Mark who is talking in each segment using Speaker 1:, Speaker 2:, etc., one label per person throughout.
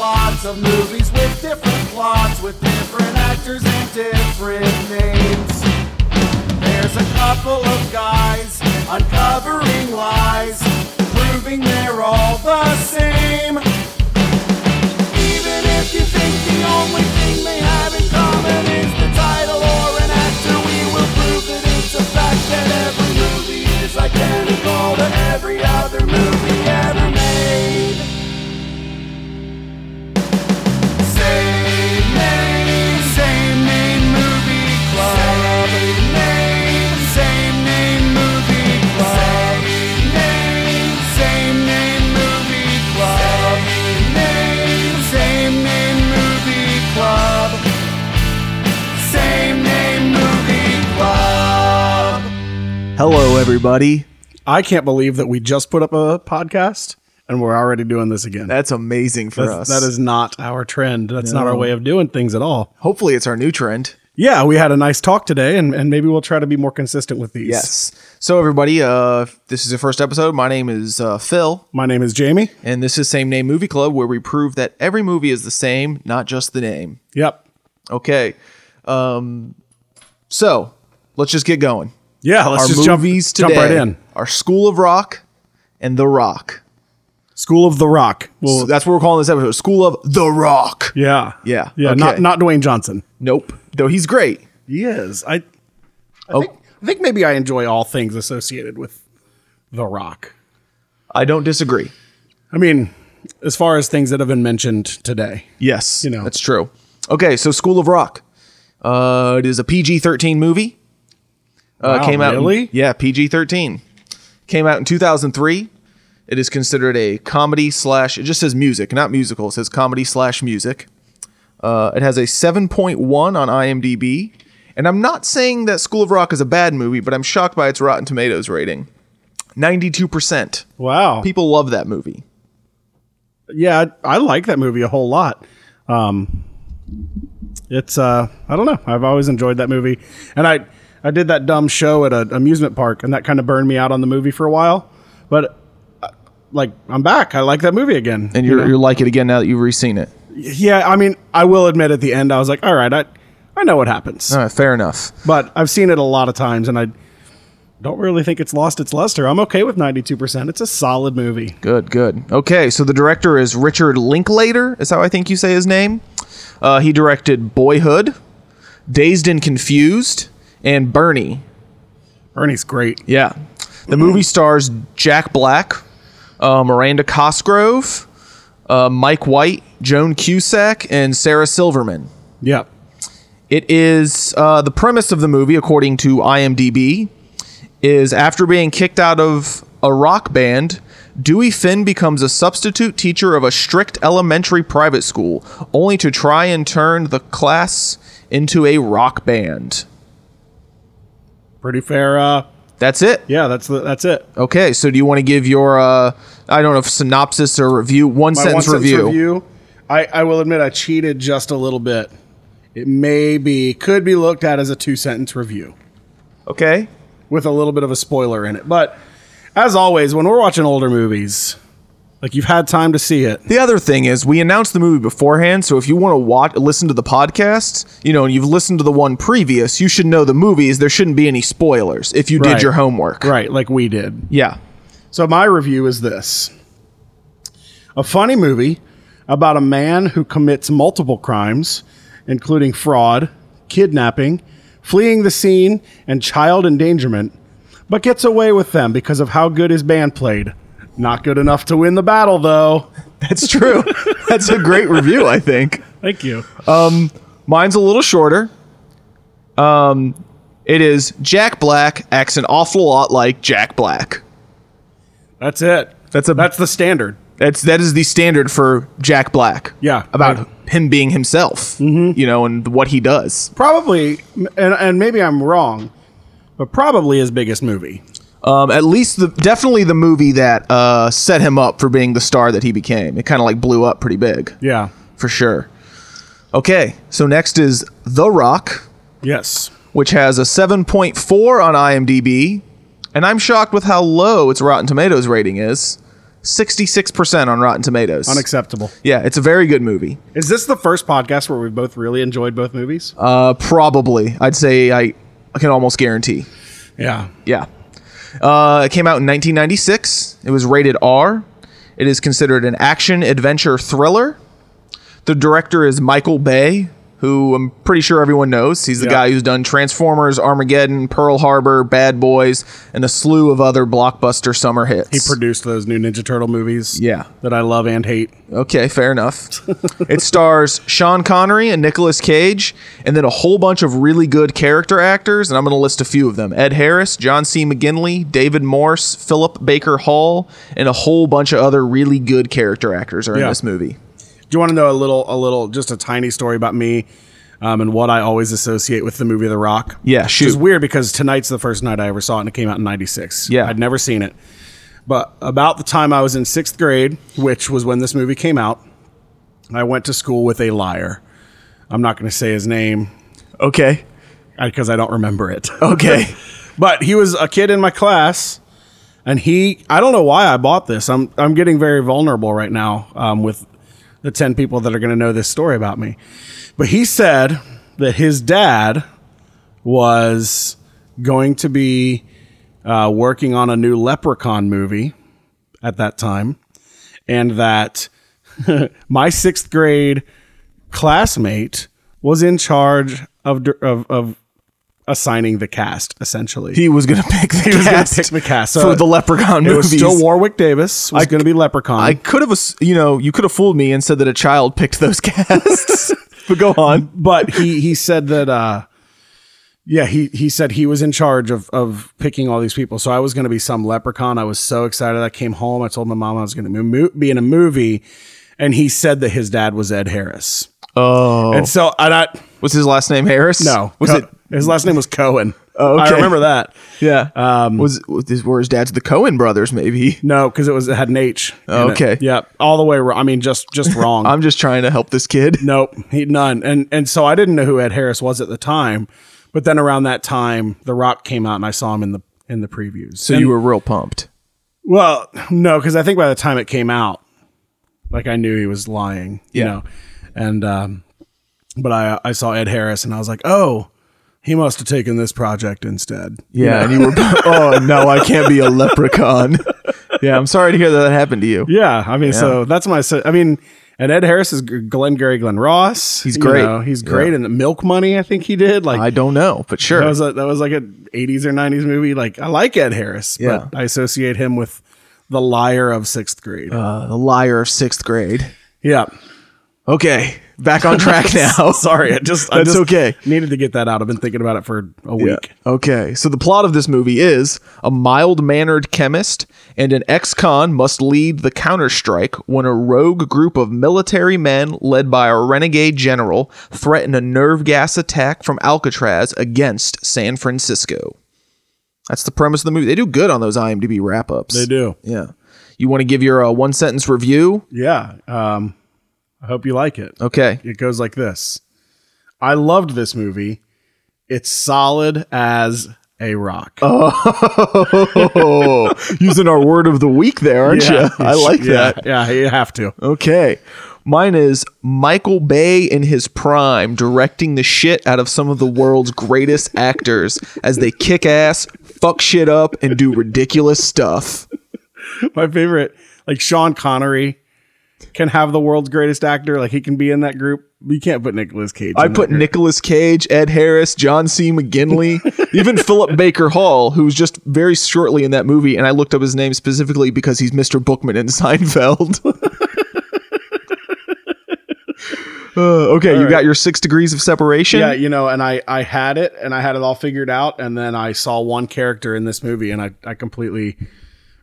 Speaker 1: lots of movies with different plots, with different actors and different names. There's a couple of guys uncovering lies, proving they're all the same. Even if you think the only thing they have in common is the title or an actor, we will prove that it's a fact that every movie is identical to every other movie ever made. Same name, same name movie club. Same name, same name movie club. Same name, same name movie club. Same name, same name movie club. Same name movie club.
Speaker 2: Hello, everybody.
Speaker 3: I can't believe that we just put up a podcast and we're already doing this again.
Speaker 2: That's amazing for
Speaker 3: That's-
Speaker 2: us.
Speaker 3: that is not our trend. That's not our
Speaker 2: No.
Speaker 3: way of doing things at all.
Speaker 2: Hopefully, it's our new trend.
Speaker 3: Yeah, we had a nice talk today, and, and maybe we'll try to be more consistent with these.
Speaker 2: Yes. So, everybody, uh, if this is your first episode. My name is uh, Phil,
Speaker 3: My name is Jamie.
Speaker 2: and this is Same Name Movie Club, where we prove that every movie is the same, not just the name.
Speaker 3: Yep.
Speaker 2: Okay. Um, so, let's just get going.
Speaker 3: Yeah, let's
Speaker 2: our
Speaker 3: just jump,
Speaker 2: movies
Speaker 3: jump
Speaker 2: today
Speaker 3: right in.
Speaker 2: are School of Rock and The Rock.
Speaker 3: School of the Rock. Well,
Speaker 2: So that's what we're calling this episode School of The Rock.
Speaker 3: yeah.
Speaker 2: Yeah,
Speaker 3: Yeah.
Speaker 2: okay.
Speaker 3: Not, not Dwayne Johnson.
Speaker 2: Nope. Though he's great. Oh,
Speaker 3: He is. I, I, think, I think maybe I enjoy all things associated with The Rock.
Speaker 2: I don't disagree.
Speaker 3: I mean, as far as things that have been mentioned today.
Speaker 2: Yes,
Speaker 3: You know.
Speaker 2: that's true. Okay, so School of Rock. Uh, it is a PG thirteen movie. Uh,
Speaker 3: Wow,
Speaker 2: came out in-
Speaker 3: really?
Speaker 2: yeah, PG thirteen. Came out in two thousand three. It is considered a comedy slash. It just says music, not musical. It says comedy slash music. Uh, it has a seven point one on IMDb. And I'm not saying that School of Rock is a bad movie, but I'm shocked by its Rotten Tomatoes rating. 92%.
Speaker 3: Wow.
Speaker 2: People love that movie.
Speaker 3: yeah, I, I like that movie a whole lot. Um, it's uh, I don't know. I've always enjoyed that movie, and I I did that dumb show at an amusement park, and that kind of burned me out on the movie for a while. But uh, like, I'm back. I like that movie again.
Speaker 2: And you're, you're like it again now that you've re-seen it.
Speaker 3: yeah, I mean, I will admit at the end, I was like, all right, I I know what happens,
Speaker 2: All right, fair enough.
Speaker 3: but I've seen it a lot of times, and I don't really think it's lost its luster. I'm okay with 92. percent It's a solid movie.
Speaker 2: Good, good. Okay, so the director is Richard Linklater, is how I think you say his name. Uh, he directed Boyhood, Dazed and Confused, and Bernie.
Speaker 3: Ernie's great.
Speaker 2: Yeah. The movie stars Jack Black, uh, Miranda Cosgrove, uh, Mike White, Joan Cusack, and Sarah Silverman.
Speaker 3: Yeah.
Speaker 2: It is uh, the premise of the movie, according to IMDb, is after being kicked out of a rock band, Dewey Finn becomes a substitute teacher of a strict elementary private school, only to try and turn the class into a rock band.
Speaker 3: Pretty fair. Uh,
Speaker 2: That's it.
Speaker 3: yeah, that's the, that's it.
Speaker 2: Okay, so do you want to give your uh, I don't know if synopsis or review one,
Speaker 3: My
Speaker 2: sentence,
Speaker 3: one-sentence
Speaker 2: review.
Speaker 3: I, I will admit I cheated just a little bit. It may be could be looked at as a two sentence review
Speaker 2: Okay.
Speaker 3: with a little bit of a spoiler in it. But as always, when we're watching older movies, like you've had time to see it.
Speaker 2: The other thing is, we announced the movie beforehand, so if you want to watch, listen to the podcast, you know, and you've listened to the one previous, you should know the movies. There shouldn't be any spoilers if you
Speaker 3: Right.
Speaker 2: did your homework.
Speaker 3: Right, like we did.
Speaker 2: Yeah.
Speaker 3: So my review is this. A funny movie about a man who commits multiple crimes, including fraud, kidnapping, fleeing the scene, and child endangerment, but gets away with them because of how good his band played. Not good enough to win the battle, though.
Speaker 2: That's true. That's a great review, I think.
Speaker 3: Thank you.
Speaker 2: Mine's a little shorter. Um, it is Jack Black acts an awful lot like Jack Black.
Speaker 3: That's it.
Speaker 2: That's a-
Speaker 3: that's the standard.
Speaker 2: That's that is the standard for Jack Black.
Speaker 3: Yeah. Mm-hmm.
Speaker 2: About him being himself, you know, and what he does.
Speaker 3: Probably, and, and maybe I'm wrong, but probably his biggest movie.
Speaker 2: Um, at least the definitely the movie that uh, set him up for being the star that he became. It kind of like blew up pretty big
Speaker 3: Yeah.
Speaker 2: for sure. Okay, so next is The Rock,
Speaker 3: Yes.
Speaker 2: which has a 7.4 on IMDb, and I'm shocked with how low its Rotten Tomatoes rating is. 66% on Rotten Tomatoes.
Speaker 3: Unacceptable.
Speaker 2: yeah, it's a very good movie.
Speaker 3: Is this the first podcast where we both really enjoyed both movies?
Speaker 2: Uh, probably. I'd say I, I can almost guarantee.
Speaker 3: yeah.
Speaker 2: Yeah. Uh, it came out in 1996. It was rated R. It is considered an action adventure thriller. The director is Michael Bay, who I'm pretty sure everyone knows. He's the
Speaker 3: Yeah.
Speaker 2: guy who's done Transformers, Armageddon, Pearl Harbor, Bad Boys, and a slew of other blockbuster summer hits.
Speaker 3: He produced those new Ninja Turtle movies.
Speaker 2: Yeah.
Speaker 3: That I love and hate.
Speaker 2: Okay, fair enough. it stars Sean Connery and Nicolas Cage, and then a whole bunch of really good character actors, and I'm going to list a few of them Ed Harris, John C. McGinley, David Morse, Philip Baker Hall, and a whole bunch of other really good character actors are in
Speaker 3: Yeah.
Speaker 2: this movie.
Speaker 3: Do you want to know a little, a little, just a tiny story about me um, and what I always associate with the movie The Rock?
Speaker 2: Yeah,
Speaker 3: Which is
Speaker 2: shoot.
Speaker 3: weird because tonight's the first night I ever saw it, and it came out in '96.
Speaker 2: Yeah.
Speaker 3: I'd never seen it, but about the time I was in sixth grade, which was when this movie came out, I went to school with a liar. I'm not going to say his name
Speaker 2: Okay.
Speaker 3: because I don't remember it.
Speaker 2: Okay.
Speaker 3: But he was a kid in my class, and he I don't know why I bought this. I'm I'm getting very vulnerable right now um, with the ten people that are going to know this story about me. But he said that his dad was going to be uh, working on a new Leprechaun movie at that time, and that my sixth grade classmate was in charge of dir- of, of assigning the cast essentially
Speaker 2: he was going to pick the
Speaker 3: was gonna
Speaker 2: cast
Speaker 3: pick the cast,
Speaker 2: for
Speaker 3: so
Speaker 2: the Leprechaun
Speaker 3: It
Speaker 2: movies.
Speaker 3: was still Warwick Davis. Was going to be Leprechaun.
Speaker 2: I could have, ass- you know, you could have fooled me and said that a child picked those casts. but go on.
Speaker 3: but he he said that. Uh, yeah, he he said he was in charge of of picking all these people. So I was going to be some Leprechaun. I was so excited. I came home. I told my mom I was going to mo- be in a movie, and he said that his dad was Ed Harris.
Speaker 2: Oh.
Speaker 3: And so I not
Speaker 2: was his last name Harris?
Speaker 3: no
Speaker 2: Was
Speaker 3: Co-
Speaker 2: it?
Speaker 3: his last name was Cohen.
Speaker 2: Oh,
Speaker 3: I
Speaker 2: okay.
Speaker 3: remember that.
Speaker 2: Yeah. Um, was, was his, were his dad's the Cohen brothers? Maybe.
Speaker 3: No, because it was it had an H. in it.
Speaker 2: Okay.
Speaker 3: Yep. All the way. wrong. I mean, just just wrong.
Speaker 2: I'm just trying to help this kid.
Speaker 3: Nope, he none. And and so I didn't know who Ed Harris was at the time, but then around that time, The Rock came out and I saw him in the in the previews.
Speaker 2: So you were real pumped.
Speaker 3: well, no, because I think by the time it came out, like I knew he was lying, you
Speaker 2: Yeah.
Speaker 3: know, and um, but I I saw Ed Harris and I was like, oh, he must have taken this project instead.
Speaker 2: Yeah, and you were. oh no, I can't be a leprechaun. Yeah, I'm sorry to hear that that happened to you.
Speaker 3: Yeah, I mean, so that's my. so- I mean, and Ed Harris is G- Glenn Gary Glenn Ross.
Speaker 2: He's
Speaker 3: you
Speaker 2: great.
Speaker 3: know, he's great. And the Milk Money, I think he did. Like
Speaker 2: I don't know, but sure.
Speaker 3: That was a, that was like an '80s or '90s movie. Like I like Ed Harris,
Speaker 2: Yeah.
Speaker 3: but I associate him with the liar of sixth grade.
Speaker 2: uh, the liar of sixth grade.
Speaker 3: yeah,
Speaker 2: Okay, back on track now.
Speaker 3: sorry, I just I
Speaker 2: That's
Speaker 3: just
Speaker 2: okay.
Speaker 3: Needed to get that out. I've been thinking about it for a
Speaker 2: Yeah.
Speaker 3: week.
Speaker 2: Okay. So the plot of this movie is a mild mannered chemist and an ex con must lead the counterstrike when a rogue group of military men led by a renegade general threaten a nerve gas attack from Alcatraz against San Francisco. That's the premise of the movie. They do good on those IMDb wrap ups.
Speaker 3: They do.
Speaker 2: Yeah. You want to give your uh, one sentence review?
Speaker 3: Yeah. Um, I hope you like it.
Speaker 2: Okay.
Speaker 3: It goes like this. I loved this movie. It's solid as a rock.
Speaker 2: Oh, using our word of the week there, aren't you? I like
Speaker 3: Yeah,
Speaker 2: that.
Speaker 3: Yeah, you have to.
Speaker 2: Okay. Mine is Michael Bay in his prime directing the shit out of some of the world's greatest actors as they kick ass, fuck shit up, and do ridiculous stuff.
Speaker 3: my favorite like sean connery can have the world's greatest actor like he can be in that group you can't put Nicolas cage
Speaker 2: I
Speaker 3: in that
Speaker 2: put
Speaker 3: group.
Speaker 2: Nicolas Cage, Ed Harris, John C. McGinley, even Philip Baker Hall, who was just very shortly in that movie, and I looked up his name specifically because he's Mr. Bookman in Seinfeld. Uh, okay, you got your six degrees of separation.
Speaker 3: yeah you know and i i had it and i had it all figured out and then i saw one character in this movie and i i completely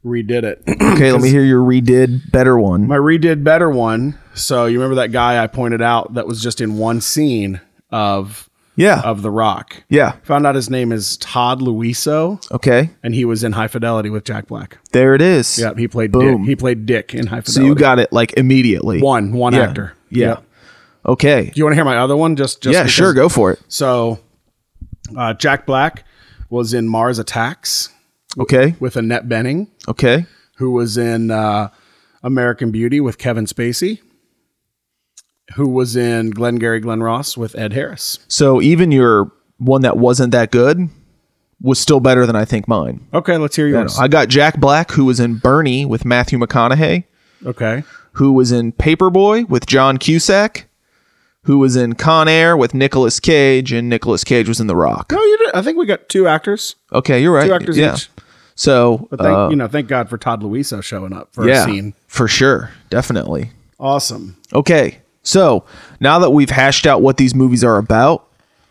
Speaker 3: redid it
Speaker 2: Okay, let me hear your redid better one.
Speaker 3: my redid better one so you remember that guy i pointed out that was just in one scene of
Speaker 2: Yeah.
Speaker 3: of the rock
Speaker 2: yeah.
Speaker 3: found out his name is todd luiso
Speaker 2: Okay.
Speaker 3: and he was in high fidelity with jack black
Speaker 2: There it is.
Speaker 3: yeah he played
Speaker 2: Boom.
Speaker 3: dick he played dick in high fidelity
Speaker 2: So you got it like immediately.
Speaker 3: one one
Speaker 2: Yeah.
Speaker 3: actor
Speaker 2: Yeah.
Speaker 3: Yep.
Speaker 2: Okay.
Speaker 3: Do you want to hear my other one? Just, just
Speaker 2: yeah,
Speaker 3: because-
Speaker 2: sure. Go for it.
Speaker 3: So, uh, Jack Black was in Mars Attacks
Speaker 2: Okay.
Speaker 3: with Annette Benning,
Speaker 2: Okay.
Speaker 3: who was in uh, American Beauty with Kevin Spacey, who was in Glengarry Glen Ross with Ed Harris.
Speaker 2: So even your one that wasn't that good was still better than I think mine.
Speaker 3: Okay, let's hear yours.
Speaker 2: I got Jack Black, who was in Bernie with Matthew McConaughey,
Speaker 3: okay.
Speaker 2: who was in Paperboy with John Cusack, who was in Con Air with Nicolas Cage, and Nicolas Cage was in The Rock.
Speaker 3: No, you did. I think we got two actors.
Speaker 2: Okay, you're right.
Speaker 3: Two actors
Speaker 2: yeah.
Speaker 3: each.
Speaker 2: So
Speaker 3: But thank,
Speaker 2: uh,
Speaker 3: you know, thank God for Todd Luiso showing up for
Speaker 2: yeah,
Speaker 3: a scene.
Speaker 2: for sure, definitely.
Speaker 3: Awesome.
Speaker 2: Okay, so now that we've hashed out what these movies are about,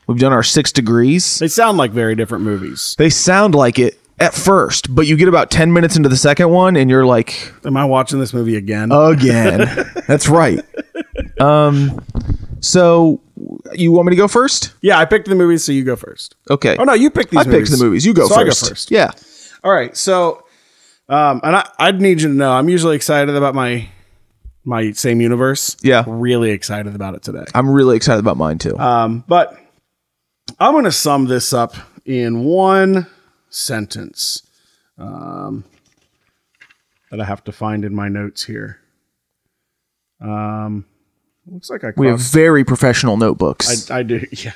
Speaker 2: we've done our six degrees.
Speaker 3: They sound like very different movies.
Speaker 2: They sound like it at first, but you get about 10 minutes into the second one and you're like,
Speaker 3: Am I watching this movie again?
Speaker 2: Uh, again. That's right. Um, so you want me to go first?
Speaker 3: yeah, I picked the movies, so you go first.
Speaker 2: Okay.
Speaker 3: Oh no, you pick these.
Speaker 2: I
Speaker 3: movies.
Speaker 2: picked the movies. You go
Speaker 3: So I
Speaker 2: first. Yeah.
Speaker 3: All right. So, um, and I, I'd need you to know, I'm usually excited about my my same universe.
Speaker 2: Yeah.
Speaker 3: really excited about it today.
Speaker 2: I'm really excited about mine too.
Speaker 3: Um, but I'm going to sum this up in one sentence um, that I have to find in my notes here. Um, looks like I
Speaker 2: we have
Speaker 3: crossed-
Speaker 2: very professional notebooks.
Speaker 3: I, I do. Yeah.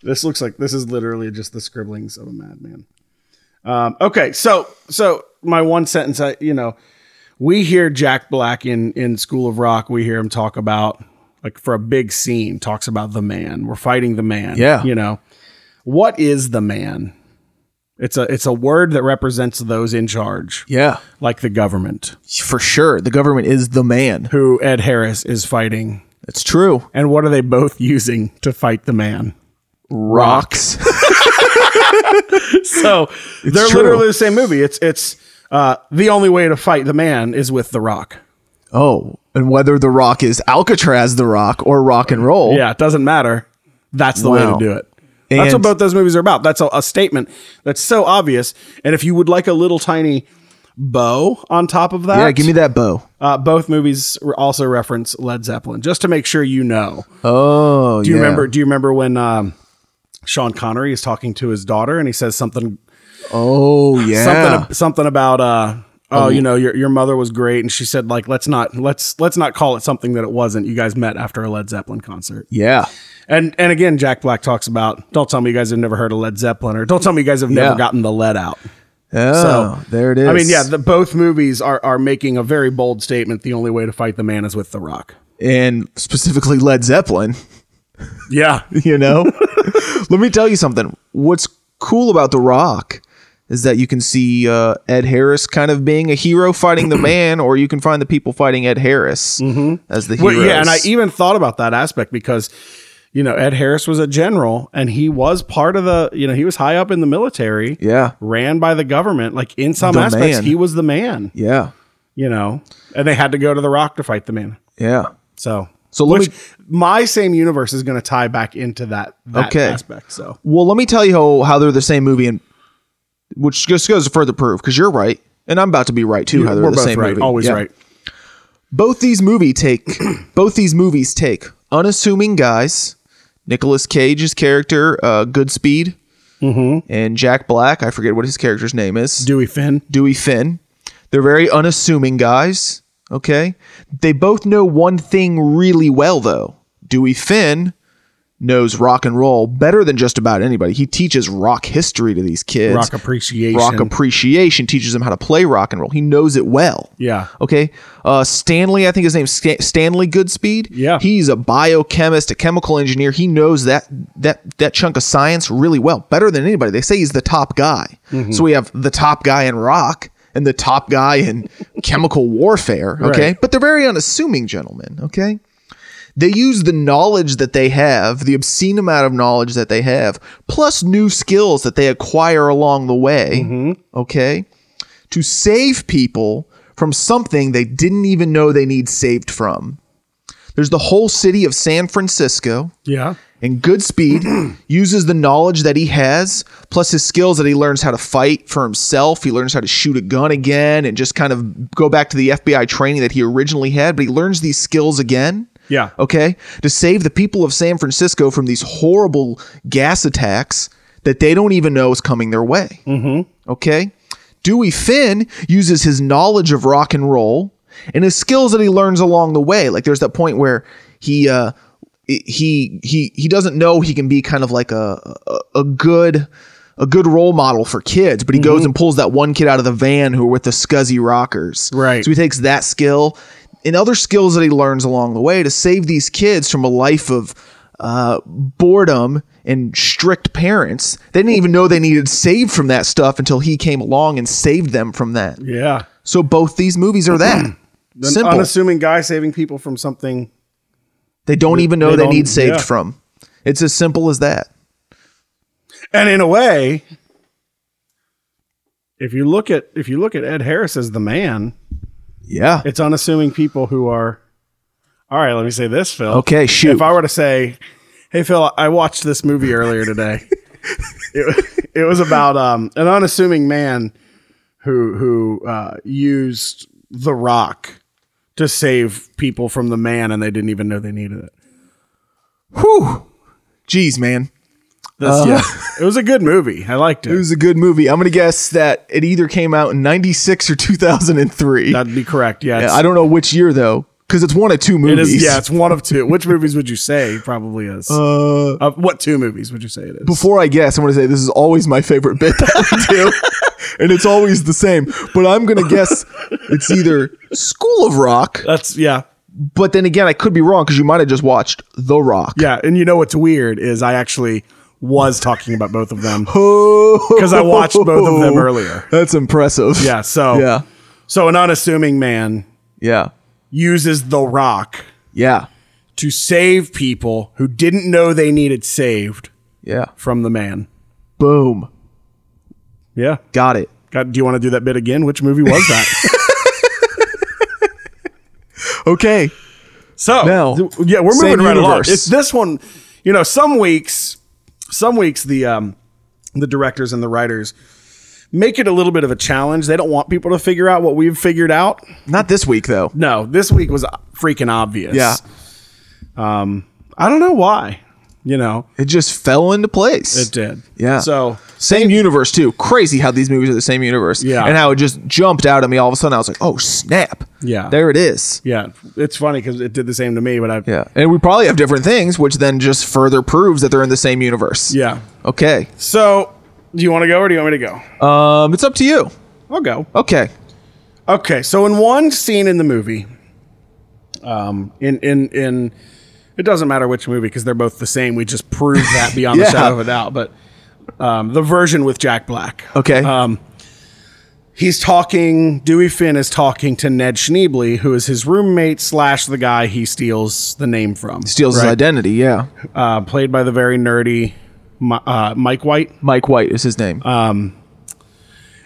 Speaker 3: This looks like this is literally just the scribblings of a madman. Um, okay, so so my one sentence, I you know, we hear Jack Black in in School of Rock. We hear him talk about like for a big scene, talks about the man. We're fighting the man.
Speaker 2: Yeah.
Speaker 3: you know, what is the man? It's a it's a word that represents those in charge,
Speaker 2: yeah,
Speaker 3: like the government,
Speaker 2: for sure. The government is the man.
Speaker 3: who Ed Harris is fighting.
Speaker 2: It's true.
Speaker 3: And what are they both using to fight the man?
Speaker 2: Rocks.
Speaker 3: so they're
Speaker 2: true.
Speaker 3: literally the same movie. It's it's uh, the only way to fight the man is with the Rock.
Speaker 2: oh, and whether the rock is Alcatraz the rock or rock and roll.
Speaker 3: Yeah, it doesn't matter. That's the way
Speaker 2: Wow.
Speaker 3: to do it. that's what
Speaker 2: And-
Speaker 3: both those movies are about. That's a, a statement that's so obvious. And if you would like a little tiny bow on top of that,
Speaker 2: Yeah, give me that bow.
Speaker 3: uh, both movies re- also reference Led Zeppelin, just to make sure you know.
Speaker 2: Oh,
Speaker 3: Do you remember? Do you remember when um, Sean Connery is talking to his daughter and he says something
Speaker 2: Oh, yeah. Um,
Speaker 3: something something about uh oh you know your your mother was great and she said like let's not let's let's not call it something that it wasn't you guys met after a led zeppelin concert
Speaker 2: yeah.
Speaker 3: and and again jack black talks about don't tell me you guys have never heard of led zeppelin or don't tell me you guys have
Speaker 2: Yeah.
Speaker 3: never gotten the lead out
Speaker 2: Oh,
Speaker 3: So,
Speaker 2: there it is.
Speaker 3: i mean yeah the both movies are are making a very bold statement the only way to fight the man is with the rock
Speaker 2: and specifically Led Zeppelin.
Speaker 3: yeah
Speaker 2: you know let me tell you something what's cool about the rock is that you can see uh, ed harris kind of being a hero fighting the man or you can find the people fighting ed harris as the hero
Speaker 3: Mm-hmm. Well, yeah, and I e even thought about that aspect because you know Ed Harris was a general and he was part of the you know he was high up in the military.
Speaker 2: Yeah.
Speaker 3: ran by the government. Like in some
Speaker 2: The
Speaker 3: aspects,
Speaker 2: man.
Speaker 3: he was the man.
Speaker 2: yeah
Speaker 3: You know, and they had to go to the Rock to fight the man.
Speaker 2: yeah
Speaker 3: So.
Speaker 2: so let
Speaker 3: Which
Speaker 2: me
Speaker 3: my same universe is going to tie back into that, that
Speaker 2: Okay.
Speaker 3: aspect. So
Speaker 2: well let me tell you how, how they're the same movie and which just goes to further proof because you're right and i'm about to be right too how they're
Speaker 3: we're
Speaker 2: the
Speaker 3: both
Speaker 2: same
Speaker 3: right,
Speaker 2: movie
Speaker 3: always
Speaker 2: Yeah.
Speaker 3: right.
Speaker 2: both these movie take both these movies take unassuming guys Nicolas Cage's character uh, Goodspeed
Speaker 3: Mm-hmm.
Speaker 2: and Jack Black I forget what his character's name is
Speaker 3: Dewey Finn,
Speaker 2: Dewey Finn they're very unassuming guys okay they both know one thing really well though Dewey Finn knows rock and roll better than just about anybody he teaches rock history to these kids
Speaker 3: rock appreciation,
Speaker 2: rock appreciation teaches him how to play rock and roll he knows it well
Speaker 3: yeah,
Speaker 2: Okay. Uh, Stanley, I think his name's Sta- Stanley Goodspeed.
Speaker 3: Yeah.
Speaker 2: He's a biochemist, a chemical engineer. He knows that that that chunk of science really well, better than anybody. They say he's the top guy.
Speaker 3: Mm-hmm.
Speaker 2: So we have the top guy in rock and the top guy in chemical warfare. Okay.
Speaker 3: Right.
Speaker 2: But they're very unassuming gentlemen. Okay. They use the knowledge that they have, the obscene amount of knowledge that they have, plus new skills that they acquire along the way.
Speaker 3: Mm-hmm.
Speaker 2: Okay to save people from something they didn't even know they need saved from. There's the whole city of San Francisco,
Speaker 3: yeah,
Speaker 2: and Goodspeed uses the knowledge that he has, plus his skills that he learns how to fight for himself. He learns how to shoot a gun again and just kind of go back to the FBI training that he originally had, but he learns these skills again
Speaker 3: yeah.
Speaker 2: okay, to save the people of San Francisco from these horrible gas attacks that they don't even know is coming their way. Mm-hmm. Okay, Dewey Finn uses his knowledge of rock and roll and his skills that he learns along the way. Like there's that point where he uh, he he he doesn't know he can be kind of like a a, a good a good role model for kids, but he
Speaker 3: Mm-hmm.
Speaker 2: goes and pulls that one kid out of the van who are with the scuzzy rockers.
Speaker 3: Right.
Speaker 2: So he takes that skill and other skills that he learns along the way to save these kids from a life of uh, boredom and strict parents. They didn't even know they needed saved from that stuff until he came along and saved them from that.
Speaker 3: Yeah.
Speaker 2: So both these movies are that.
Speaker 3: An
Speaker 2: Simple.
Speaker 3: unassuming guy saving people from something.
Speaker 2: they don't even know
Speaker 3: they
Speaker 2: they,
Speaker 3: don't-
Speaker 2: need saved
Speaker 3: yeah.
Speaker 2: from. It's as simple as that.
Speaker 3: And in a way, if you look at if you look at Ed Harris as the man,
Speaker 2: Yeah.
Speaker 3: it's unassuming people who are all right let me say this phil
Speaker 2: Okay, shoot.
Speaker 3: if i were to say hey phil i watched this movie earlier today it, it was about um, an unassuming man who who uh, used the rock to save people from the man and they didn't even know they needed it
Speaker 2: Whew. Jeez, man.
Speaker 3: That's-
Speaker 2: Uh.
Speaker 3: yeah. it was a good movie i liked it,
Speaker 2: It was a good movie. I'm going to guess that it either came out in 96 or 2003.
Speaker 3: that'd be correct yeah, it's-
Speaker 2: I don't know which year, though, because it's one of two
Speaker 3: it
Speaker 2: movies.
Speaker 3: is yeah it's one of two which movies would you say probably is Of what two movies would you say it is
Speaker 2: Uh. Before I guess, I'm going to say this is always my favorite bit that we do, and it's always the same. But I'm going to guess it's either School of Rock,
Speaker 3: that's yeah
Speaker 2: but then again, I could be wrong because you might have just watched The Rock.
Speaker 3: Yeah, and you know what's weird is I actually was talking about both of them because I watched both of them earlier.
Speaker 2: That's impressive.
Speaker 3: Yeah, so
Speaker 2: Yeah.
Speaker 3: so an unassuming man
Speaker 2: Yeah.
Speaker 3: uses the rock
Speaker 2: Yeah.
Speaker 3: to save people who didn't know they needed saved
Speaker 2: Yeah.
Speaker 3: from the man.
Speaker 2: Boom.
Speaker 3: Yeah,
Speaker 2: Got it.
Speaker 3: God, do you want to do that bit again? Which movie was that?
Speaker 2: Okay.
Speaker 3: so
Speaker 2: No.
Speaker 3: th- yeah, we're
Speaker 2: Same
Speaker 3: moving right along.
Speaker 2: universe.
Speaker 3: It's this one. You know, some weeks, some weeks the um the directors and the writers make it a little bit of a challenge. They don't want people to figure out what we've figured out.
Speaker 2: Not this week though.
Speaker 3: No, this week was freaking obvious.
Speaker 2: Yeah.
Speaker 3: Um, I don't know why. You know,
Speaker 2: It just fell into place.
Speaker 3: it did.
Speaker 2: Yeah.
Speaker 3: So
Speaker 2: Same universe too. Crazy how these movies are the same universe.
Speaker 3: Yeah.
Speaker 2: And how it just jumped out at me all of a sudden. I was like, oh snap.
Speaker 3: Yeah.
Speaker 2: There it is.
Speaker 3: yeah, it's funny because it did the same to me, but I
Speaker 2: Yeah. And we probably have different things, which then just further proves that they're in the same universe.
Speaker 3: yeah.
Speaker 2: Okay.
Speaker 3: So do you want to go or do you want me to go?
Speaker 2: Um, it's up to you.
Speaker 3: I'll go.
Speaker 2: Okay.
Speaker 3: Okay, so in one scene in the movie, um, in in in, it doesn't matter which movie because they're both the same. We just proved that beyond
Speaker 2: Yeah.
Speaker 3: the shadow of a doubt. But um, the version with Jack Black.
Speaker 2: Okay.
Speaker 3: Um, he's talking. Dewey Finn is talking to Ned Schneebly, who is his roommate slash the guy he steals the name from.
Speaker 2: Steals his identity. Yeah.
Speaker 3: uh, played by the very nerdy Mi- uh, Mike White. Um,
Speaker 2: Mike White is his name.
Speaker 3: Uh,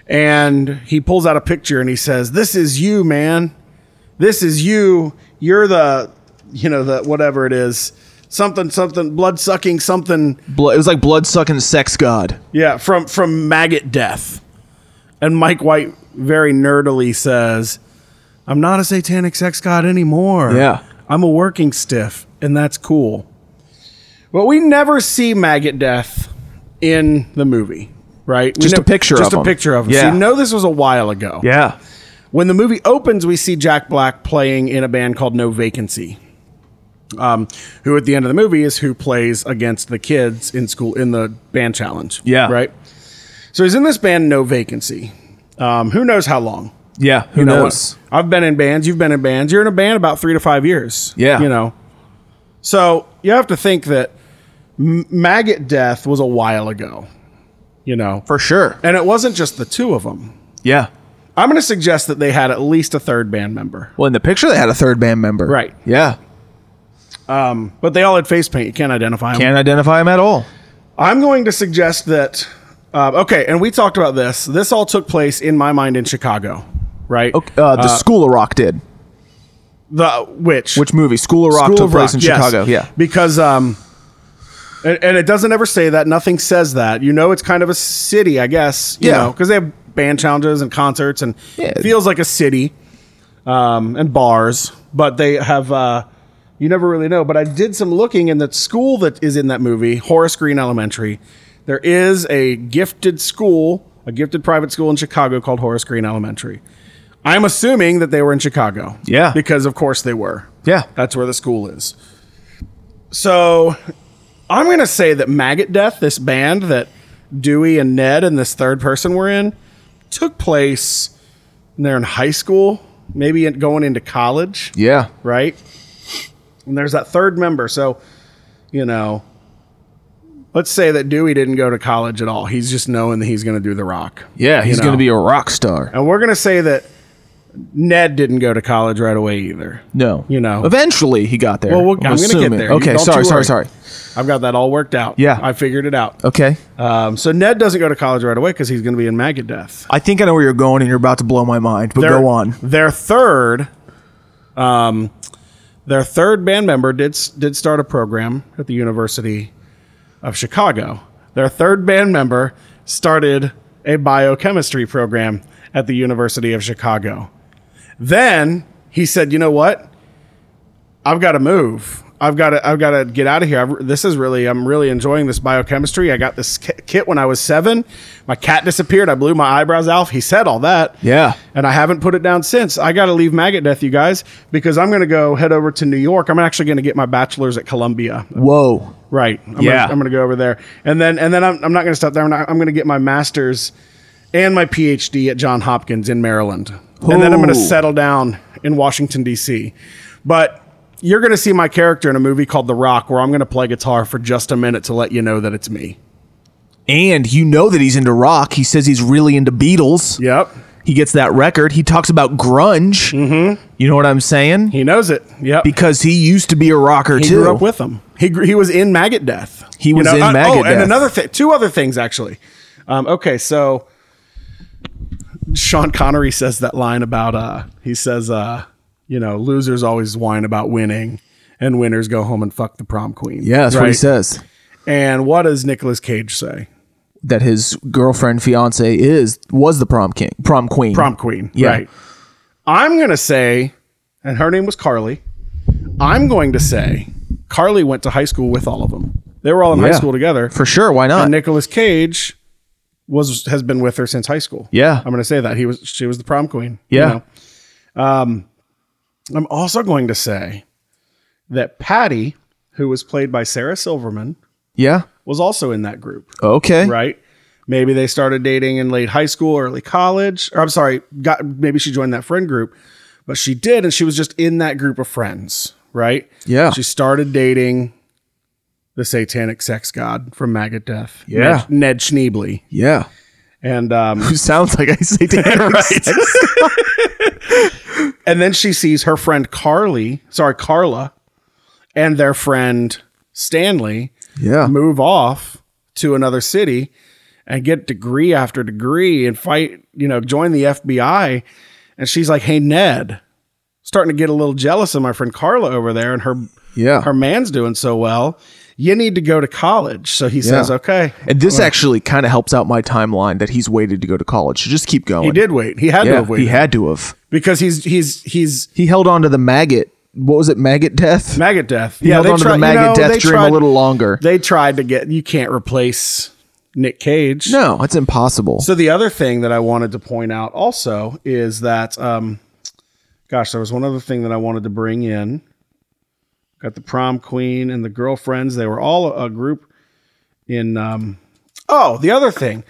Speaker 3: and he pulls out a picture and he says, "This is you, man. This is you. You're the, you know, the whatever it is, something, something, blood sucking, something.
Speaker 2: Blo- it was like blood sucking sex god.
Speaker 3: Yeah, from from maggot death." And Mike White very nerdily says, "I'm not a satanic sex god anymore.
Speaker 2: Yeah.
Speaker 3: I'm a working stiff, and that's cool." But we never see maggot death in the movie, right? We
Speaker 2: Just a
Speaker 3: nev-
Speaker 2: picture
Speaker 3: just
Speaker 2: of
Speaker 3: a
Speaker 2: him.
Speaker 3: picture of him.
Speaker 2: Yeah.
Speaker 3: So you know this was a while ago.
Speaker 2: Yeah.
Speaker 3: When the movie opens, we see Jack Black playing in a band called No Vacancy, um, who at the end of the movie is who plays against the kids in school in the band challenge.
Speaker 2: Yeah.
Speaker 3: Right? So he's in this band, No Vacancy. Um, who knows how long?
Speaker 2: Yeah. Who
Speaker 3: You know,
Speaker 2: knows?
Speaker 3: I've been in bands. You've been in bands. You're in a band about three to five years.
Speaker 2: Yeah.
Speaker 3: You know? So you have to think that M- Maggot Death was a while ago, you know?
Speaker 2: For sure.
Speaker 3: And it wasn't just the two of them.
Speaker 2: Yeah.
Speaker 3: I'm going to suggest that they had at least a third band member,
Speaker 2: Well, in the picture, they had a third band member.
Speaker 3: Right.
Speaker 2: Yeah.
Speaker 3: but they all had face paint. You can't identify them.
Speaker 2: Can't identify him at all.
Speaker 3: I'm going to suggest that. Uh, okay, and we talked about this. This all took place in my mind in Chicago, right?
Speaker 2: Okay, uh, the School of Rock did.
Speaker 3: The which
Speaker 2: Which movie? School of Rock
Speaker 3: School
Speaker 2: took
Speaker 3: of
Speaker 2: place
Speaker 3: Rock,
Speaker 2: in
Speaker 3: yes.
Speaker 2: Chicago. Yeah.
Speaker 3: because um, and, and it doesn't ever say that. Nothing says that. You know, it's kind of a city, I guess. You
Speaker 2: Yeah.
Speaker 3: because they have band challenges and concerts, and
Speaker 2: Yeah.
Speaker 3: it feels like a city, um, and bars. But they have uh, you never really know. But I did some looking, and the school that is in that movie, Horace Green Elementary, there is a gifted school, a gifted private school in Chicago called Horace Green Elementary. I'm assuming that they were in Chicago.
Speaker 2: Yeah.
Speaker 3: Because, of course, they were.
Speaker 2: Yeah.
Speaker 3: That's where the school is. So I'm going to say that Maggot Death, this band that Dewey and Ned and this third person were in, took place when they're in high school, maybe in- going into college,
Speaker 2: Yeah.
Speaker 3: right? And there's that third member. So, you know, let's say that Dewey didn't go to college at all. He's just knowing that he's going to do the rock.
Speaker 2: Yeah. He's
Speaker 3: know.
Speaker 2: going to be a rock star.
Speaker 3: And we're going to say that Ned didn't go to college right away either.
Speaker 2: No.
Speaker 3: You know.
Speaker 2: Eventually he got there.
Speaker 3: Well, we'll- I'm gonna get
Speaker 2: assuming.
Speaker 3: there.
Speaker 2: Okay.
Speaker 3: Don't you
Speaker 2: Sorry. Sorry.
Speaker 3: worry.
Speaker 2: Sorry.
Speaker 3: I've got that all worked out.
Speaker 2: Yeah.
Speaker 3: I figured it out.
Speaker 2: Okay.
Speaker 3: Um, so Ned doesn't go to college right away because he's going to be in Maggot Death.
Speaker 2: I think I know where you're going, and you're about to blow my mind. But
Speaker 3: Their-
Speaker 2: go on.
Speaker 3: Their third, um, their third band member did s- did start a program at the University of Chicago. Their third band member started a biochemistry program at the University of Chicago. Then he said, "You know what? I've got to move. I've got to. I've got to get out of here. I've, this is really. I'm really enjoying this biochemistry. I got this ki- kit when I was seven. My cat disappeared. I blew my eyebrows out. He said all that.
Speaker 2: Yeah.
Speaker 3: And I haven't put it down since. I got to leave Maggot Death, you guys, because I'm going to go head over to New York. I'm actually going to get my bachelor's at Columbia.
Speaker 2: Whoa.
Speaker 3: Right. I'm
Speaker 2: Yeah.
Speaker 3: Gonna, I'm going to go over there, and then and then I'm, I'm not going to stop there. I'm, not- I'm going to get my master's and my PhD at John Hopkins in Maryland, and then I'm going to
Speaker 2: Ooh.
Speaker 3: settle down in Washington D.C. But you're going to see my character in a movie called The Rock, where I'm going to play guitar for just a minute to let you know that it's me.
Speaker 2: And you know that he's into rock. He says he's really into Beatles.
Speaker 3: Yep.
Speaker 2: He gets that record. He talks about grunge. Mm-hmm. You know what I'm saying?
Speaker 3: He knows it. Yep.
Speaker 2: because he used to be a rocker
Speaker 3: he
Speaker 2: too.
Speaker 3: grew up with them. He grew, he was in Maggot Death.
Speaker 2: He was in
Speaker 3: uh,
Speaker 2: Maggot
Speaker 3: Oh, and
Speaker 2: Death.
Speaker 3: another thing, two other things actually. Um, okay, so Sean Connery says that line about uh, he says uh, you know losers always whine about winning, and winners go home and fuck the prom queen.
Speaker 2: yeah, that's what he
Speaker 3: Right?
Speaker 2: says.
Speaker 3: And what does Nicolas Cage say?
Speaker 2: That his girlfriend, fiance is was the prom king, prom queen,
Speaker 3: Prom queen.
Speaker 2: Yeah.
Speaker 3: Right. I'm gonna say, and her name was Carly. I'm going to say Carly went to high school with all of them. They were all in high
Speaker 2: Yeah.
Speaker 3: school together.
Speaker 2: for sure. Why not?
Speaker 3: and Nicolas Cage was has been with her since high school.
Speaker 2: Yeah.
Speaker 3: I'm gonna say that he was she was the prom queen. you
Speaker 2: yeah,
Speaker 3: know. Um, I'm also going to say that Patty, who was played by Sarah Silverman,
Speaker 2: yeah.
Speaker 3: was also in that group,
Speaker 2: Okay,
Speaker 3: right? Maybe they started dating in late high school, early college. Or I'm sorry, got maybe she joined that friend group, but she did, and she was just in that group of friends, right?
Speaker 2: Yeah.
Speaker 3: She started dating the satanic sex god from Maggot Death.
Speaker 2: Yeah.
Speaker 3: Ned, Ned Schneebly.
Speaker 2: yeah.
Speaker 3: And um,
Speaker 2: Who sounds like I say right?
Speaker 3: And then she sees her friend Carly, sorry, Carla, and their friend Stanley
Speaker 2: Yeah,
Speaker 3: move off to another city and get degree after degree and fight, you know, join the FBI. And she's like, hey, Ned, starting to get a little jealous of my friend Carla over there and her
Speaker 2: yeah.
Speaker 3: her man's doing so well. You need to go to college. So he says, okay.
Speaker 2: And this actually kind of helps out my timeline that he's waited to go to college. So just keep going.
Speaker 3: He did wait. He had to
Speaker 2: Yeah,
Speaker 3: have
Speaker 2: he
Speaker 3: waited
Speaker 2: had to have.
Speaker 3: because he's he's he's
Speaker 2: He held on to the maggot. What was it? Maggot death.
Speaker 3: maggot death.
Speaker 2: he held
Speaker 3: they
Speaker 2: on to
Speaker 3: try-
Speaker 2: the
Speaker 3: you
Speaker 2: maggot
Speaker 3: know, they
Speaker 2: death dream a
Speaker 3: tried-
Speaker 2: little longer.
Speaker 3: they tried to get you can't replace Nick Cage.
Speaker 2: no, that's impossible.
Speaker 3: So the other thing that I wanted to point out also is that um gosh, there was one other thing that I wanted to bring in. Got the prom queen and the girlfriends. They were all a, a group in um Oh, the other thing.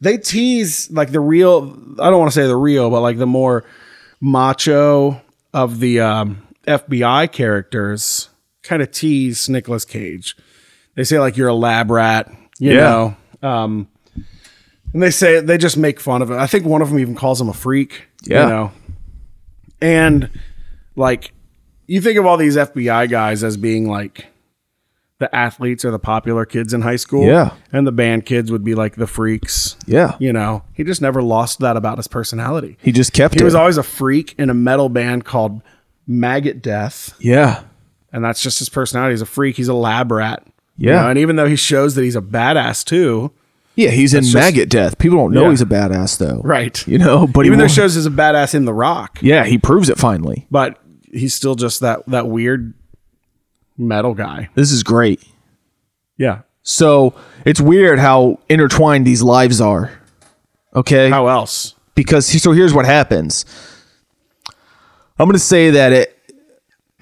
Speaker 3: They tease like the real I don't want to say the real, but like the more macho of the um FBI characters kind of tease Nicolas Cage. They say like you're a lab rat, you
Speaker 2: Yeah.
Speaker 3: know. Um and they say they just make fun of it. I think one of them even calls him a freak.
Speaker 2: Yeah.
Speaker 3: You know? And like you think of all these FBI guys as being like the athletes or the popular kids in high school.
Speaker 2: Yeah.
Speaker 3: And the band kids would be like the freaks.
Speaker 2: yeah,
Speaker 3: You know, he just never lost that about his personality.
Speaker 2: he just kept
Speaker 3: He
Speaker 2: it.
Speaker 3: was always a freak in a metal band called Maggot Death
Speaker 2: yeah,
Speaker 3: and that's just his personality. He's a freak. He's a lab rat. You
Speaker 2: Yeah.
Speaker 3: know, and even though he shows that he's a badass too,
Speaker 2: Yeah, he's in maggot death. People don't know
Speaker 3: Yeah.
Speaker 2: he's a badass though.
Speaker 3: right?
Speaker 2: You know, but
Speaker 3: even
Speaker 2: he
Speaker 3: though
Speaker 2: wa-
Speaker 3: he shows he's a badass in The Rock,
Speaker 2: Yeah, he proves it finally.
Speaker 3: but he's still just that that weird metal guy.
Speaker 2: This is great.
Speaker 3: Yeah.
Speaker 2: So it's weird how intertwined these lives are. Okay.
Speaker 3: How else?
Speaker 2: because so here's what happens. I'm gonna say that it,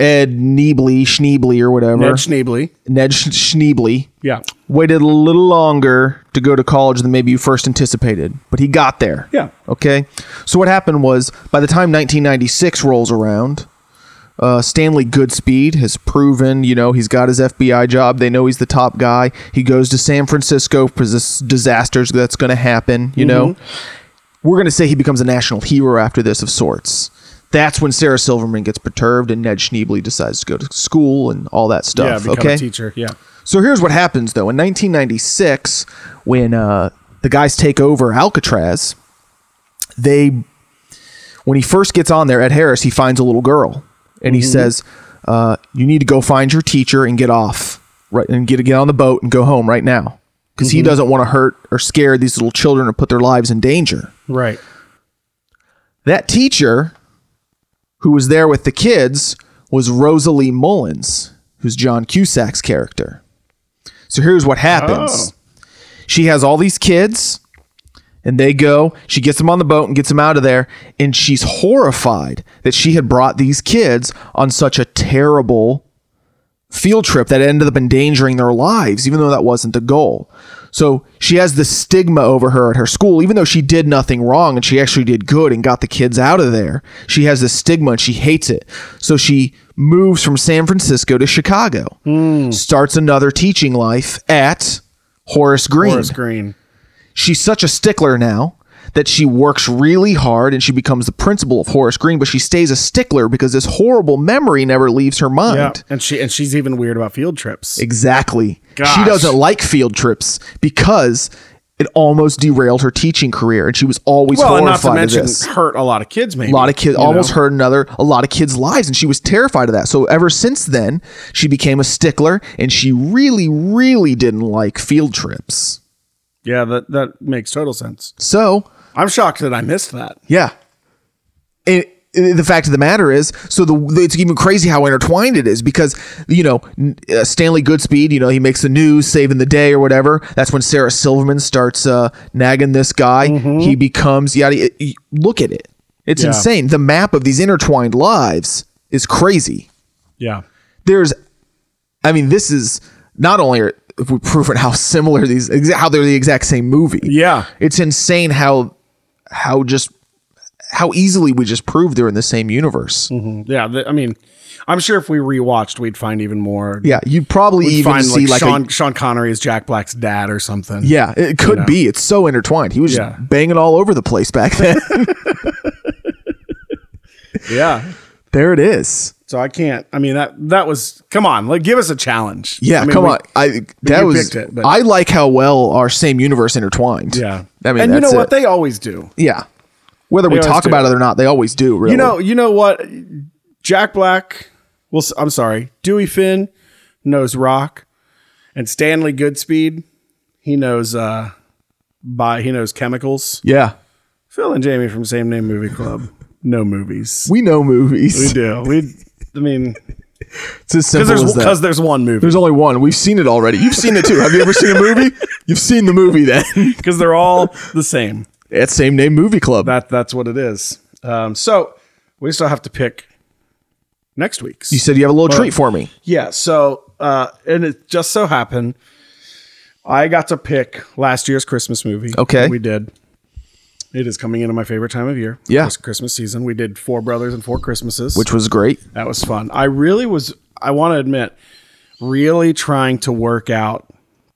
Speaker 2: Ed Schneebly, Schneebly or whatever,
Speaker 3: Ned
Speaker 2: Ned,
Speaker 3: Schneebly.
Speaker 2: Sch- Schneebly,
Speaker 3: Yeah.
Speaker 2: waited a little longer to go to college than maybe you first anticipated, but he got there.
Speaker 3: Yeah.
Speaker 2: Okay. So what happened was by the time 1996 rolls around, uh, Stanley Goodspeed has proven, you know, he's got his FBI job. They know he's the top guy. He goes to San Francisco for this disasters that's going to happen. You know,
Speaker 3: Mm-hmm.
Speaker 2: we're going to say he becomes a national hero after this of sorts. That's when Sarah Silverman gets perturbed and Ned Schneebly decides to go to school and all that
Speaker 3: Yeah.
Speaker 2: stuff.
Speaker 3: Become
Speaker 2: okay.
Speaker 3: a teacher. Yeah.
Speaker 2: So here's what happens though. In 1996, when uh, the guys take over Alcatraz, they, when he first gets on there, Ed Harris, he finds a little girl, and he says, uh, "You need to go find your teacher and get off, right, and get get on the boat and go home right now, because he doesn't want to hurt or scare these little children or put their lives in danger."
Speaker 3: Right.
Speaker 2: That teacher, who was there with the kids, was Rosalie Mullins, who's John Cusack's character. So here's what happens she has all these kids, and they go, she gets them on the boat and gets them out of there, and she's horrified that she had brought these kids on such a terrible field trip that ended up endangering their lives, even though that wasn't the goal. So she has the stigma over her at her school, even though she did nothing wrong and she actually did good and got the kids out of there. She has this stigma and she hates it. So she moves from San Francisco to Chicago, starts another teaching life at Horace Green.
Speaker 3: Forest Green.
Speaker 2: She's such a stickler now that she works really hard and she becomes the principal of Horace Green, but she stays a stickler because this horrible memory never leaves her mind.
Speaker 3: Yeah. And she and she's even weird about field trips.
Speaker 2: Exactly. She
Speaker 3: Gosh.
Speaker 2: doesn't like field trips because it almost derailed her teaching career, and she was always
Speaker 3: well, and not
Speaker 2: horrified
Speaker 3: to mention
Speaker 2: of this.
Speaker 3: hurt a lot of kids. Maybe
Speaker 2: A lot of kids almost hurt another, a lot of kids' lives, and she was terrified of that. So ever since then, she became a stickler, and she really, really didn't like field trips.
Speaker 3: Yeah. That that makes total sense.
Speaker 2: So
Speaker 3: I'm shocked that I missed that.
Speaker 2: Yeah. And and the fact of the matter is, so the it's even crazy how intertwined it is because you know n- uh, Stanley Goodspeed, you know he makes the news, saving the day or whatever. That's when Sarah Silverman starts uh, nagging this guy. He becomes yada. y- y- Look at it, it's
Speaker 3: Yeah.
Speaker 2: insane. The map of these intertwined lives is crazy
Speaker 3: Yeah.
Speaker 2: there's i mean this is not only are if we've proven how similar these exa- how they're the exact same movie
Speaker 3: Yeah.
Speaker 2: it's insane how how just how easily we just prove they're in the same universe
Speaker 3: Yeah. th- I mean, I'm sure if we rewatched, we'd find even more.
Speaker 2: yeah you'd probably
Speaker 3: We'd
Speaker 2: even
Speaker 3: find
Speaker 2: see
Speaker 3: like,
Speaker 2: like,
Speaker 3: Sean
Speaker 2: a,
Speaker 3: Sean Connery is Jack Black's dad or something.
Speaker 2: yeah it could
Speaker 3: know.
Speaker 2: be it's so intertwined he was
Speaker 3: Yeah.
Speaker 2: just banging all over the place back then
Speaker 3: Yeah.
Speaker 2: there it is
Speaker 3: So I can't. I mean that that was. Come on, like give us a challenge.
Speaker 2: yeah
Speaker 3: I mean,
Speaker 2: come
Speaker 3: we-
Speaker 2: on i that
Speaker 3: you
Speaker 2: was
Speaker 3: picked it, but-
Speaker 2: i like how well our same universe intertwined
Speaker 3: Yeah.
Speaker 2: i mean
Speaker 3: and you know what?
Speaker 2: they
Speaker 3: They always do.
Speaker 2: yeah whether we
Speaker 3: always
Speaker 2: talk
Speaker 3: do.
Speaker 2: about it or not they always do really
Speaker 3: You know. You know what? Jack Black. Well, s- I'm sorry. Dewey Finn knows rock, and Stanley Goodspeed. He knows. uh by he knows chemicals.
Speaker 2: yeah
Speaker 3: Phil and Jamie from same name movie club. No movies.
Speaker 2: We know movies.
Speaker 3: We do. We. I mean,
Speaker 2: It's as simple as
Speaker 3: because there's
Speaker 2: that.
Speaker 3: because there's one movie.
Speaker 2: There's only one. We've seen it already. You've seen it too. Have you ever seen a movie? You've seen the movie then.
Speaker 3: Because they're all the same.
Speaker 2: That same name movie club.
Speaker 3: That that's what it is. Um, so we still have to pick next week's.
Speaker 2: you said you have a little treat for me.
Speaker 3: yeah. So uh, and it just so happened I got to pick last year's Christmas movie.
Speaker 2: Okay.
Speaker 3: we did. It is coming into my favorite time of year.
Speaker 2: Yeah.
Speaker 3: It's Christmas season. We did Four Brothers and Four Christmases,
Speaker 2: Which was great.
Speaker 3: that was fun. I really was. I want to admit, really trying to work out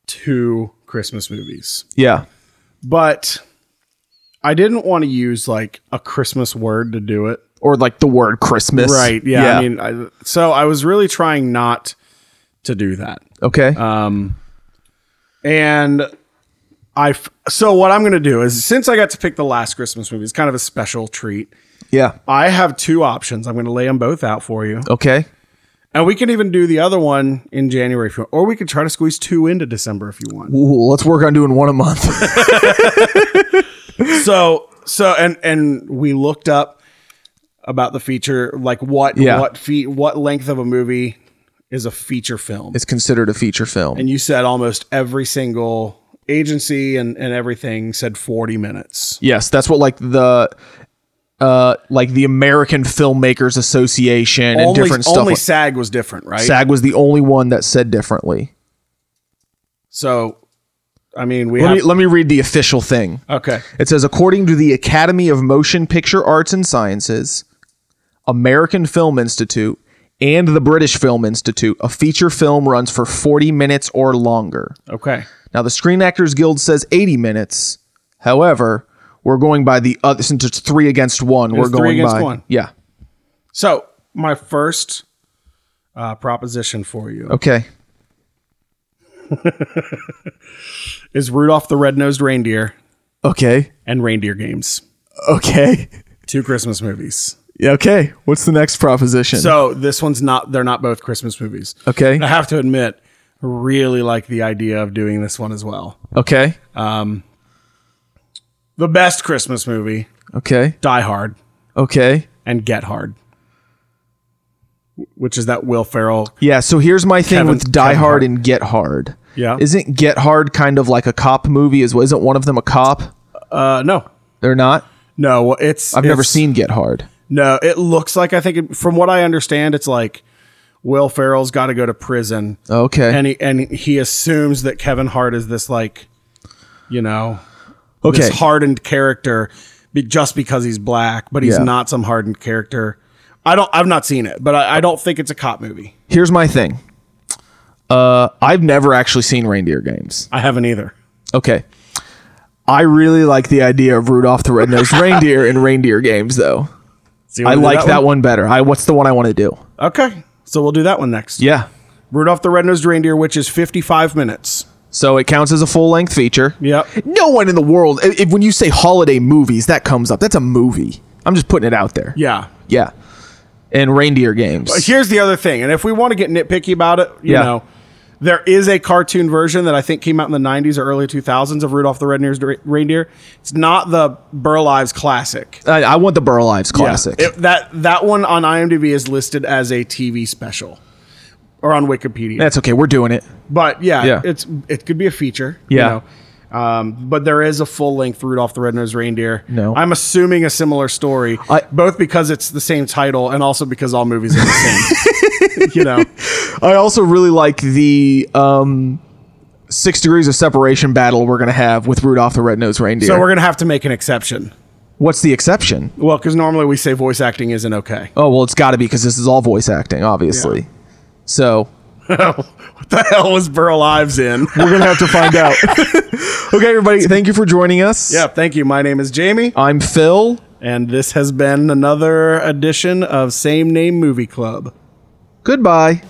Speaker 3: two Christmas movies
Speaker 2: Yeah.
Speaker 3: but I didn't want to use like a Christmas word to do it.
Speaker 2: Or like the word Christmas.
Speaker 3: Yeah. I mean, I, so I was really trying not to do that. Um,
Speaker 2: okay.
Speaker 3: And I, f- so what I'm going to do is since I got to pick the last Christmas movie, it's kind of a special treat.
Speaker 2: yeah.
Speaker 3: I have two options. I'm going to lay them both out for you.
Speaker 2: Okay.
Speaker 3: And we can even do the other one in January if you want, or we could try to squeeze two into December if you want.
Speaker 2: Ooh, let's work on doing one a month.
Speaker 3: so so and and we looked up about the feature like what
Speaker 2: Yeah.
Speaker 3: what feet what length of a movie is a feature film
Speaker 2: it's considered a feature film.
Speaker 3: and you said almost every single agency and and everything said 40 minutes
Speaker 2: yes, that's what like the uh, like the American Filmmakers Association and
Speaker 3: only,
Speaker 2: different stuff.
Speaker 3: only
Speaker 2: like-
Speaker 3: SAG was different, right?
Speaker 2: SAG was the only one that said differently.
Speaker 3: So, I mean, we
Speaker 2: Let
Speaker 3: have.
Speaker 2: me, let me read the official thing.
Speaker 3: okay.
Speaker 2: It says, according to the Academy of Motion Picture Arts and Sciences, American Film Institute, and the British Film Institute, a feature film runs for 40 minutes or longer.
Speaker 3: Okay.
Speaker 2: Now, the Screen Actors Guild says 80 minutes. However, we're going by the other, since it's three against one, we're
Speaker 3: three
Speaker 2: going
Speaker 3: against
Speaker 2: by.
Speaker 3: one.
Speaker 2: Yeah.
Speaker 3: So, my first uh, proposition for you
Speaker 2: Okay.
Speaker 3: is Rudolph the Red-Nosed Reindeer
Speaker 2: Okay.
Speaker 3: and Reindeer Games,
Speaker 2: Okay.
Speaker 3: two Christmas movies.
Speaker 2: Okay. What's the next proposition?
Speaker 3: So, this one's not, they're not both Christmas movies.
Speaker 2: okay.
Speaker 3: I have to admit, really like the idea of doing this one as well.
Speaker 2: Okay.
Speaker 3: The best Christmas movie,
Speaker 2: Okay.
Speaker 3: Die Hard
Speaker 2: Okay.
Speaker 3: and Get Hard, which is that Will Ferrell.
Speaker 2: Yeah, so here's my thing
Speaker 3: Kevin-
Speaker 2: with Die
Speaker 3: Kevin
Speaker 2: Hard
Speaker 3: Hart.
Speaker 2: and Get Hard.
Speaker 3: Yeah.
Speaker 2: Isn't Get Hard kind of like a cop movie as well? Isn't one of them a cop?
Speaker 3: Uh, no,
Speaker 2: They're not.
Speaker 3: no, it's
Speaker 2: I've never
Speaker 3: it's-
Speaker 2: seen Get Hard.
Speaker 3: No, it looks like I think it, from what I understand, it's like Will Ferrell's got to go to prison,
Speaker 2: Okay.
Speaker 3: and he and he assumes that Kevin Hart is this like, you know,
Speaker 2: okay.
Speaker 3: this hardened character, be, just because he's black, but he's
Speaker 2: Yeah.
Speaker 3: not some hardened character. I don't. I've not seen it, but I, I don't think it's a cop movie.
Speaker 2: Here's my thing. Uh, I've never actually seen Reindeer Games.
Speaker 3: I haven't either.
Speaker 2: Okay. I really like the idea of Rudolph the Red-Nosed Reindeer in Reindeer Games, though.
Speaker 3: So you
Speaker 2: I
Speaker 3: wanna do
Speaker 2: like that, one? better. I what's the one I want to do?
Speaker 3: Okay, so we'll do that one next.
Speaker 2: Yeah.
Speaker 3: Rudolph the Red-Nosed Reindeer, which is 55 minutes.
Speaker 2: So it counts as a full-length feature.
Speaker 3: Yep.
Speaker 2: No one in the world. i- If, when you say holiday movies, that comes up. That's a movie. I'm just putting it out there.
Speaker 3: Yeah.
Speaker 2: Yeah. And reindeer games.
Speaker 3: Here's the other thing, and if we want to get nitpicky about it, you
Speaker 2: Yeah.
Speaker 3: know, there is a cartoon version that I think came out in the 90s or early 2000s of Rudolph the Red-Nosed Re- Reindeer. It's not the Burl Ives classic.
Speaker 2: I, I want the Burl Ives classic.
Speaker 3: Yeah. It- that that one on IMDb is listed as a TV special or on Wikipedia.
Speaker 2: That's okay. We're doing it.
Speaker 3: but yeah,
Speaker 2: Yeah.
Speaker 3: it's it could be a feature.
Speaker 2: Yeah.
Speaker 3: know. Um, but there is a full length Rudolph the Red-Nosed Reindeer.
Speaker 2: No.
Speaker 3: I'm assuming a similar story,
Speaker 2: I-
Speaker 3: both because it's the same title and also because all movies are the same. you know,
Speaker 2: I also really like the um, six degrees of separation battle we're gonna have with Rudolph the Red-Nosed Reindeer.
Speaker 3: so we're gonna have to make an exception.
Speaker 2: What's the exception?
Speaker 3: Well, because normally we say voice acting isn't okay.
Speaker 2: Oh well, it's got to be because this is all voice acting, obviously.
Speaker 3: Yeah.
Speaker 2: So
Speaker 3: what the hell was Burl Ives in?
Speaker 2: we're gonna have to find out. okay, everybody. Thank you for joining us.
Speaker 3: yeah, thank you. My name is Jamie,
Speaker 2: I'm Phil.
Speaker 3: and this has been another edition of Same Name Movie Club.
Speaker 2: Goodbye.